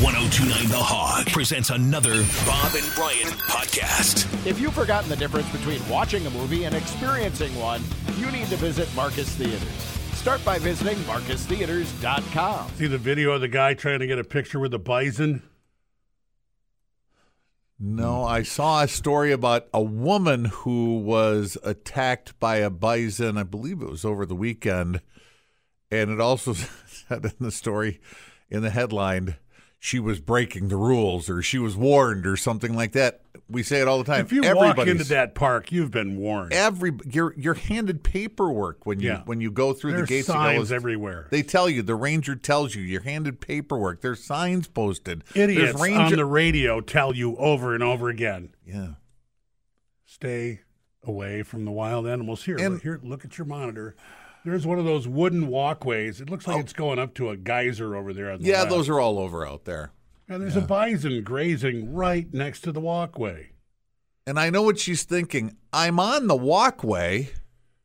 1029 The Hog presents another Bob and Brian podcast. If you've forgotten the difference between watching a movie and experiencing one, you need to visit Marcus Theaters. Start by visiting marcustheaters.com. See the video of the guy trying to get a picture with the bison? No, I saw a story about a woman who was attacked by a bison. I believe it was over the weekend. And it also said in the story, in the headline, she was breaking the rules or she was warned or something like that. We say it all the time. If you walk into Everybody's- that park, you've been warned. every you're you're handed paperwork when you Yeah. when you go through There are the gates of signs Ellis- everywhere. They tell you the ranger tells you you're handed paperwork. There's signs posted. Idiots There's on the radio tell you over and over again. yeah. stay away from the wild animals. Here, And- look, here, look at your monitor. There's one of those wooden walkways. It looks like it's going up to a geyser over there. On the Oh. Yeah, left. those are all over out there. And there's a bison grazing right next to the walkway. And I know what she's thinking. I'm on the walkway.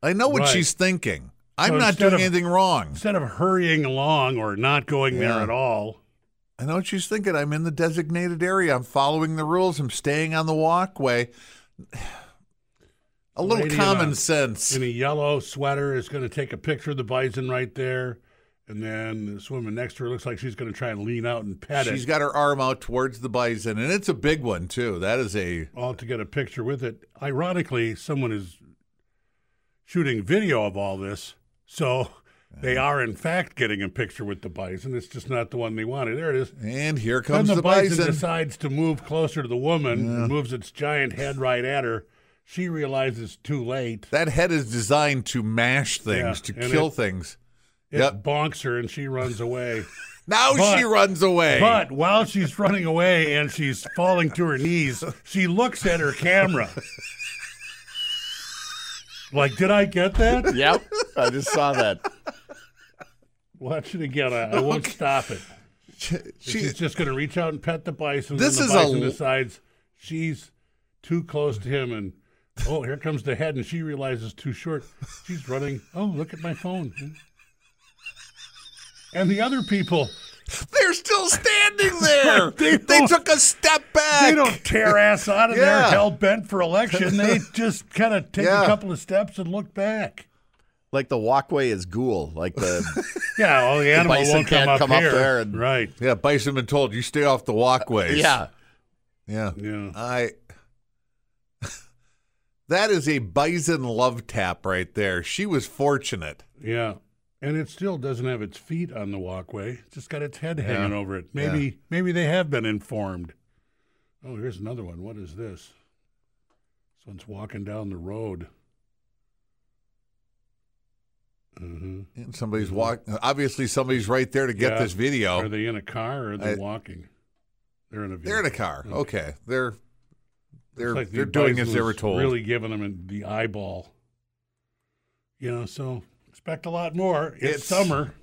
I know what Right. she's thinking. I'm So not instead doing of- anything wrong. Instead of hurrying along or not going there Yeah. at all, I know what she's thinking. I'm in the designated area. I'm following the rules. I'm staying on the walkway. A little Lady in common a- sense. in a yellow sweater, is going to take a picture of the bison right there. And then this woman next to her looks like she's going to try and lean out and pet She's it, got her arm out towards the bison, and it's a big one too. That is a all to get a picture with it. Ironically, someone is shooting video of all this. So they are, in fact, getting a picture with the bison. It's just not the one they wanted. There it is. and here Then comes the, the, bison, decides to move closer to the woman, and moves its giant head right at her. She realizes too late. That head is designed to mash things, Yeah, to and kill it- things. It Yep. bonks her, and she runs away. Now But- she runs away. But while she's running away and she's falling to her knees, she looks at her camera. Like, did I get that? Yep, I just saw that. Watch it again. I, I won't stop it. she, she's just going to reach out and pet the bison. This and is the a bison l- decides she's too close to him, and oh, here comes the head, and she realizes too short. She's running. Oh, look at my phone. And the other people, They're still standing there. They they, don't- took a step back. they don't tear ass out of there, Yeah. hell bent for election. They just kind of take a Yeah. couple of steps and look back. like the walkway is ghoul. Like the Yeah, well, the animal bison won't come can't up come up here. there and- right? Yeah, Bison been told you stay off the walkways. yeah, yeah. Yeah. I. that is a Bison love tap right there. She was fortunate. Yeah. And it still doesn't have its feet on the walkway. It's just got its head hanging over it. Maybe maybe they have been informed. Oh, here's another one. What is this? This one's walking down the road. hmm And somebody's walk. Obviously, somebody's right there to get Yeah. this video. Are they in a car or are they I- walking? They're in a They're in a car. vehicle. Okay, they're Looks they're Mm-hmm. like the they're doing bison as they were was told. Really giving them the eyeball. You know, so expect a lot more. it's It's- summer.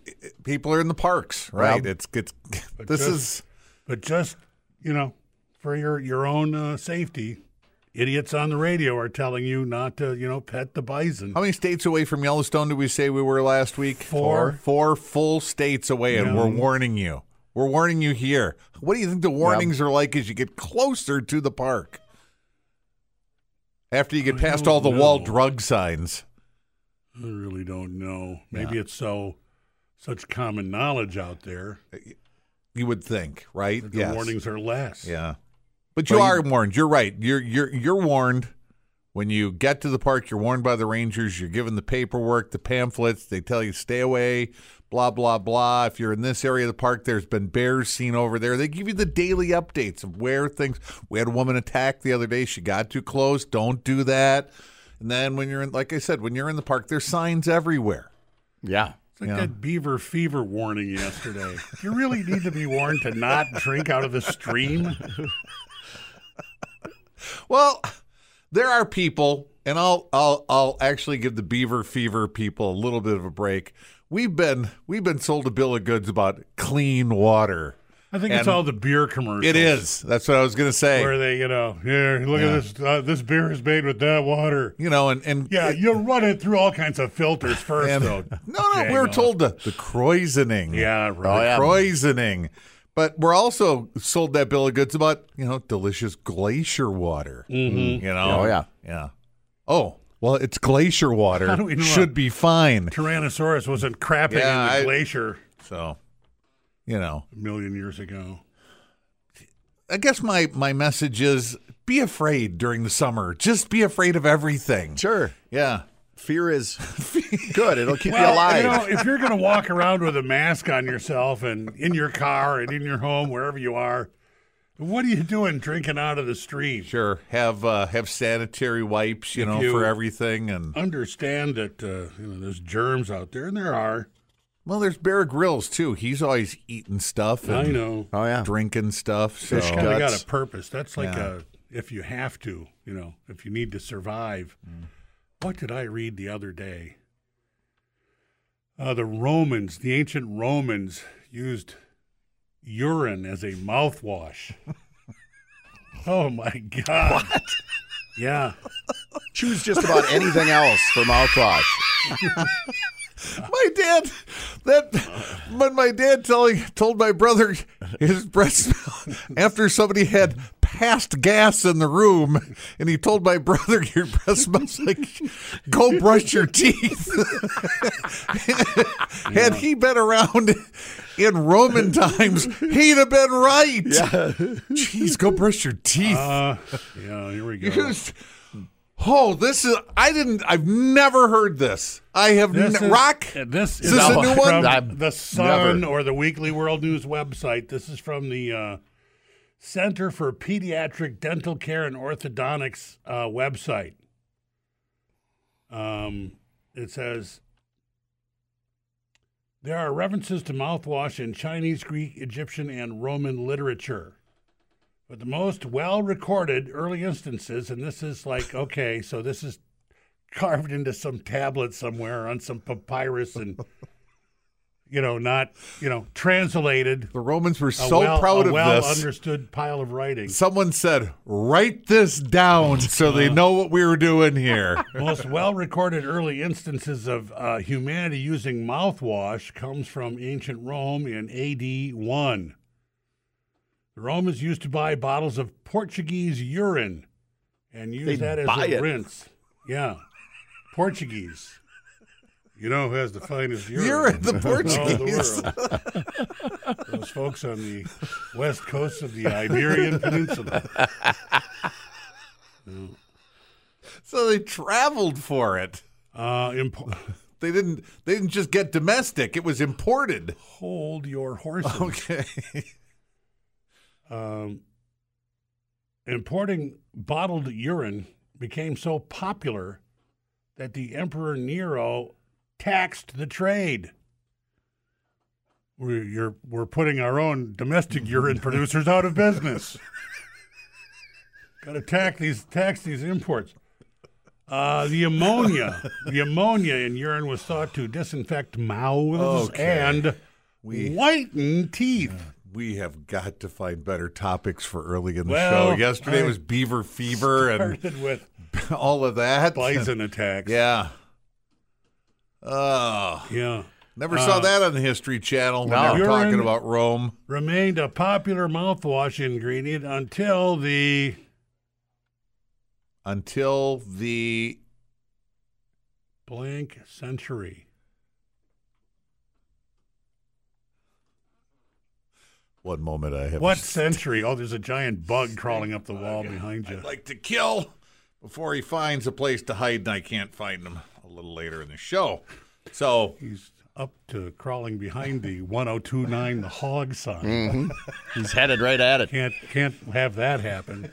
People are in the parks, right? Rob. it's it's But this just- is but just you know for your your own uh, safety idiots on the radio are telling you not to you know pet the bison How many states away from Yellowstone did we say we were last week? Four. Four full states away, and Yeah. we're warning you. We're warning you here. What do you think the warnings are like as you get closer to the park? After you get I past don't all the wall know. drug signs. i really don't know maybe it's so such common knowledge out there You would think, right? that the Yes. warnings are less Yeah. But you are warned. You're right. You're you're you're warned. When you get to the park, you're warned by the rangers. You're given the paperwork, the pamphlets. They tell you stay away, blah blah blah. If you're in this area of the park, there's been bears seen over there. They give you the daily updates of where things. We had a woman attacked the other day. She got too close. Don't do that. And then when you're in, like I said, when you're in the park, there's signs everywhere. yeah. it's like Yeah. that beaver fever warning yesterday you really need to be warned to not drink out of the stream Well, there are people, and I'll I'll I'll actually give the beaver fever people a little bit of a break. We've been we've been sold a bill of goods about clean water. i think it's And all the beer commercials It is. That's what I was going to where say. they you know here look at this uh, this beer is made with that water You know, and and Yeah, you run it through all kinds of filters first, and though. no, no, we Jango. were told the the croisening. Yeah, right. The croisening. But we're also sold that bill of goods about, you know, delicious glacier water. Mm-hmm. You know? Oh, yeah. Yeah. Oh, well, it's glacier water. do we know? Should be fine. Tyrannosaurus wasn't crapping Yeah, in the I- glacier So, you know, a million years ago. I guess my, my message is be afraid during the summer. Just be afraid of everything. Sure. Yeah. Fear is good. It'll keep you Well, alive. you know, if you're going to walk around with a mask on yourself and in your car and in your home, wherever you are, what are you doing drinking out of the stream? Sure. Have uh, have sanitary wipes, you know, you- for everything and Understand that uh, you know there's germs out there, and there are. Well, there's Bear Grylls too. He's always eating stuff. I and know. oh, yeah. Drinking stuff. So It's kind of got Guts. a purpose. That's like a if you have to, you know, if you need to survive. What did I read the other day? Uh, the Romans, the ancient Romans, used urine as a mouthwash. oh my God! Yeah, Choose just about anything else for mouthwash. my dad, that when my dad telling told my brother his breath smell after somebody had passed gas in the room, and he told my brother your breath smells like go brush your teeth. Had he been around in Roman times, he'd have been right. Jeez, go brush your teeth. uh, yeah. Here we go. Just- oh, this is I didn't I've never heard this. I have This n- is- rock. uh, This Is this a new one? From I've the Sun never- or the Weekly World News website. This is from the uh, Center for Pediatric Dental Care and Orthodontics uh, website. Um, it says there are references to mouthwash in Chinese, Greek, Egyptian, and Roman literature. But the most well recorded early instances, and this is like, okay, so this is carved into some tablet somewhere on some papyrus and, you know, not, you know, translated. The Romans were a so well- proud a of well this. understood pile of writing. Someone said, "Write this down so they know what we were doing here." most well recorded early instances of uh, humanity using mouthwash comes from ancient Rome in AD 1. The Romans used to buy bottles of Portuguese urine and use They'd that as buy a it. rinse. Yeah. Portuguese. You know who has the finest urine? You're in the in all Portuguese. world. Those folks on the west coast of the Iberian Peninsula. so they traveled for it. Uh, imp- They didn't. They didn't just get domestic. It was imported. hold your horses. Okay. um, importing bottled urine became so popular that the Emperor Nero taxed the trade. We're, you're, we're putting our own domestic urine producers out of business. Got to tax these tax these imports. Uh, the ammonia, the ammonia in urine was thought to disinfect mouths Okay. and We- whiten teeth. We have got to find better topics for early in the Well, show. Yesterday I was beaver fever and Started with all of that. bison attacks. Yeah. Oh, Yeah. never saw that on the History Channel when they were Uh, You're in- talking about Rome. Remained a popular mouthwash ingredient until the until the blank century. one moment I have What century? Oh, there's a giant bug crawling up the wall behind you. I'd like to kill before he finds a place to hide and I can't find him a little later in the show. So He's up to crawling behind the 1029 the hog sign. He's headed right at it. Can't can't have that happen.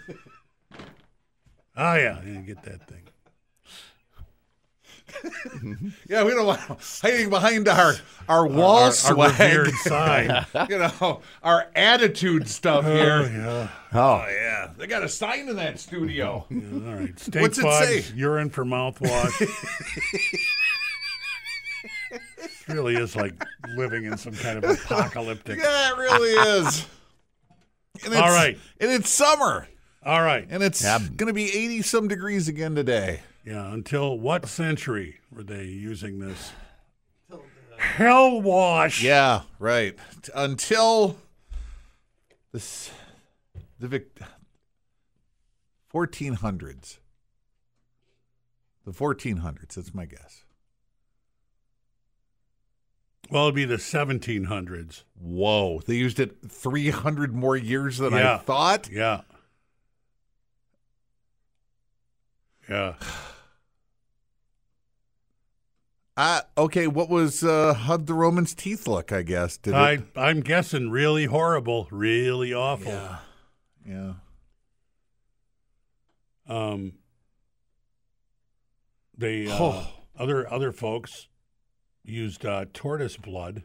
Oh yeah, you get that thing. yeah, we don't want him hiding behind our our wall Our swag, revered sign. you know, our attitude stuff Oh here. yeah. Oh, Yeah, they got a sign in that studio. All right. Stink What's it bugs, say? urine for mouthwash. it really is like living in some kind of apocalyptic. yeah, it really is. And it's, All right. and it's summer, All right. and it's going to be eighty some degrees again today. Yeah. Until what century were they using this? Hell wash. Yeah, right. Until this the vic- 1400s. The 1400s, that's my guess. Well, it'd be the 1700s. Whoa, they used it 300 more years than I Yeah. thought. Yeah. Yeah. Uh, okay, what was uh, how'd the Romans' teeth look? I guess did it? I, I'm guessing really horrible, really awful. Yeah, yeah. Um, they uh, Oh. other other folks used uh, tortoise blood.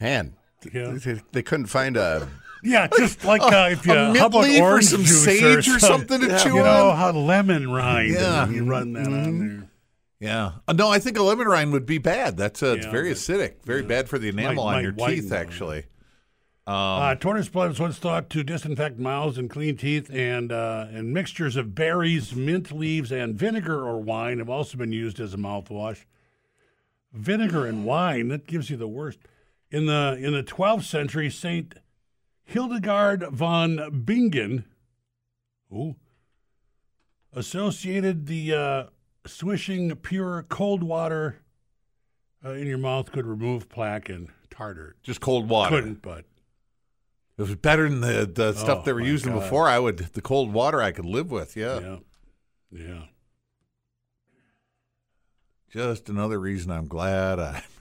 Man, Yeah, they, they couldn't find a. yeah just like uh, if you a mint how about leaf or orange some juice sage or some- something to chew You know on. how lemon rind? Yeah. Mm-hmm. and you run that on Yeah. Uh, no, I think a lemon rind would be bad. That's uh, it's Yeah, very but- acidic, very bad for the enamel might on your whiten teeth. them. Actually, there. Uh, tortoise blood was once thought to disinfect mouths and clean teeth, and uh, and mixtures of berries, mint leaves, and vinegar or wine have also been used as a mouthwash. vinegar and wine that gives you the worst in the in the 12th century saint hildegard von bingen who associated the uh, swishing pure cold water uh, in your mouth could remove plaque and tartar just cold water. couldn't but It was better than the, the Oh, stuff they were my using God. before. I would the cold water I could live with. Yeah. yeah yeah Just another reason I'm glad I'm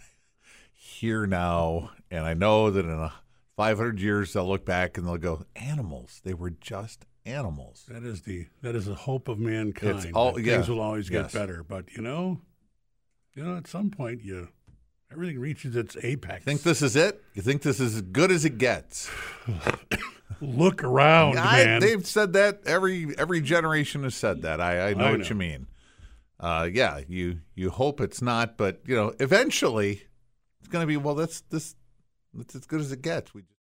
here now, and I know that in a 500 years they'll look back and they'll go, animals. They were just animals. that is the that is the hope of mankind all- that yeah, things will always get yes. better but you know you know at some point you everything reaches its apex Think this is it? You think this is as good as it gets? look around, I, man. they've said that every every generation has said that. I, I know I what know. you mean. Uh, yeah, you you hope it's not, but you know, eventually it's going to be. Well, that's this that's as good as it gets. We just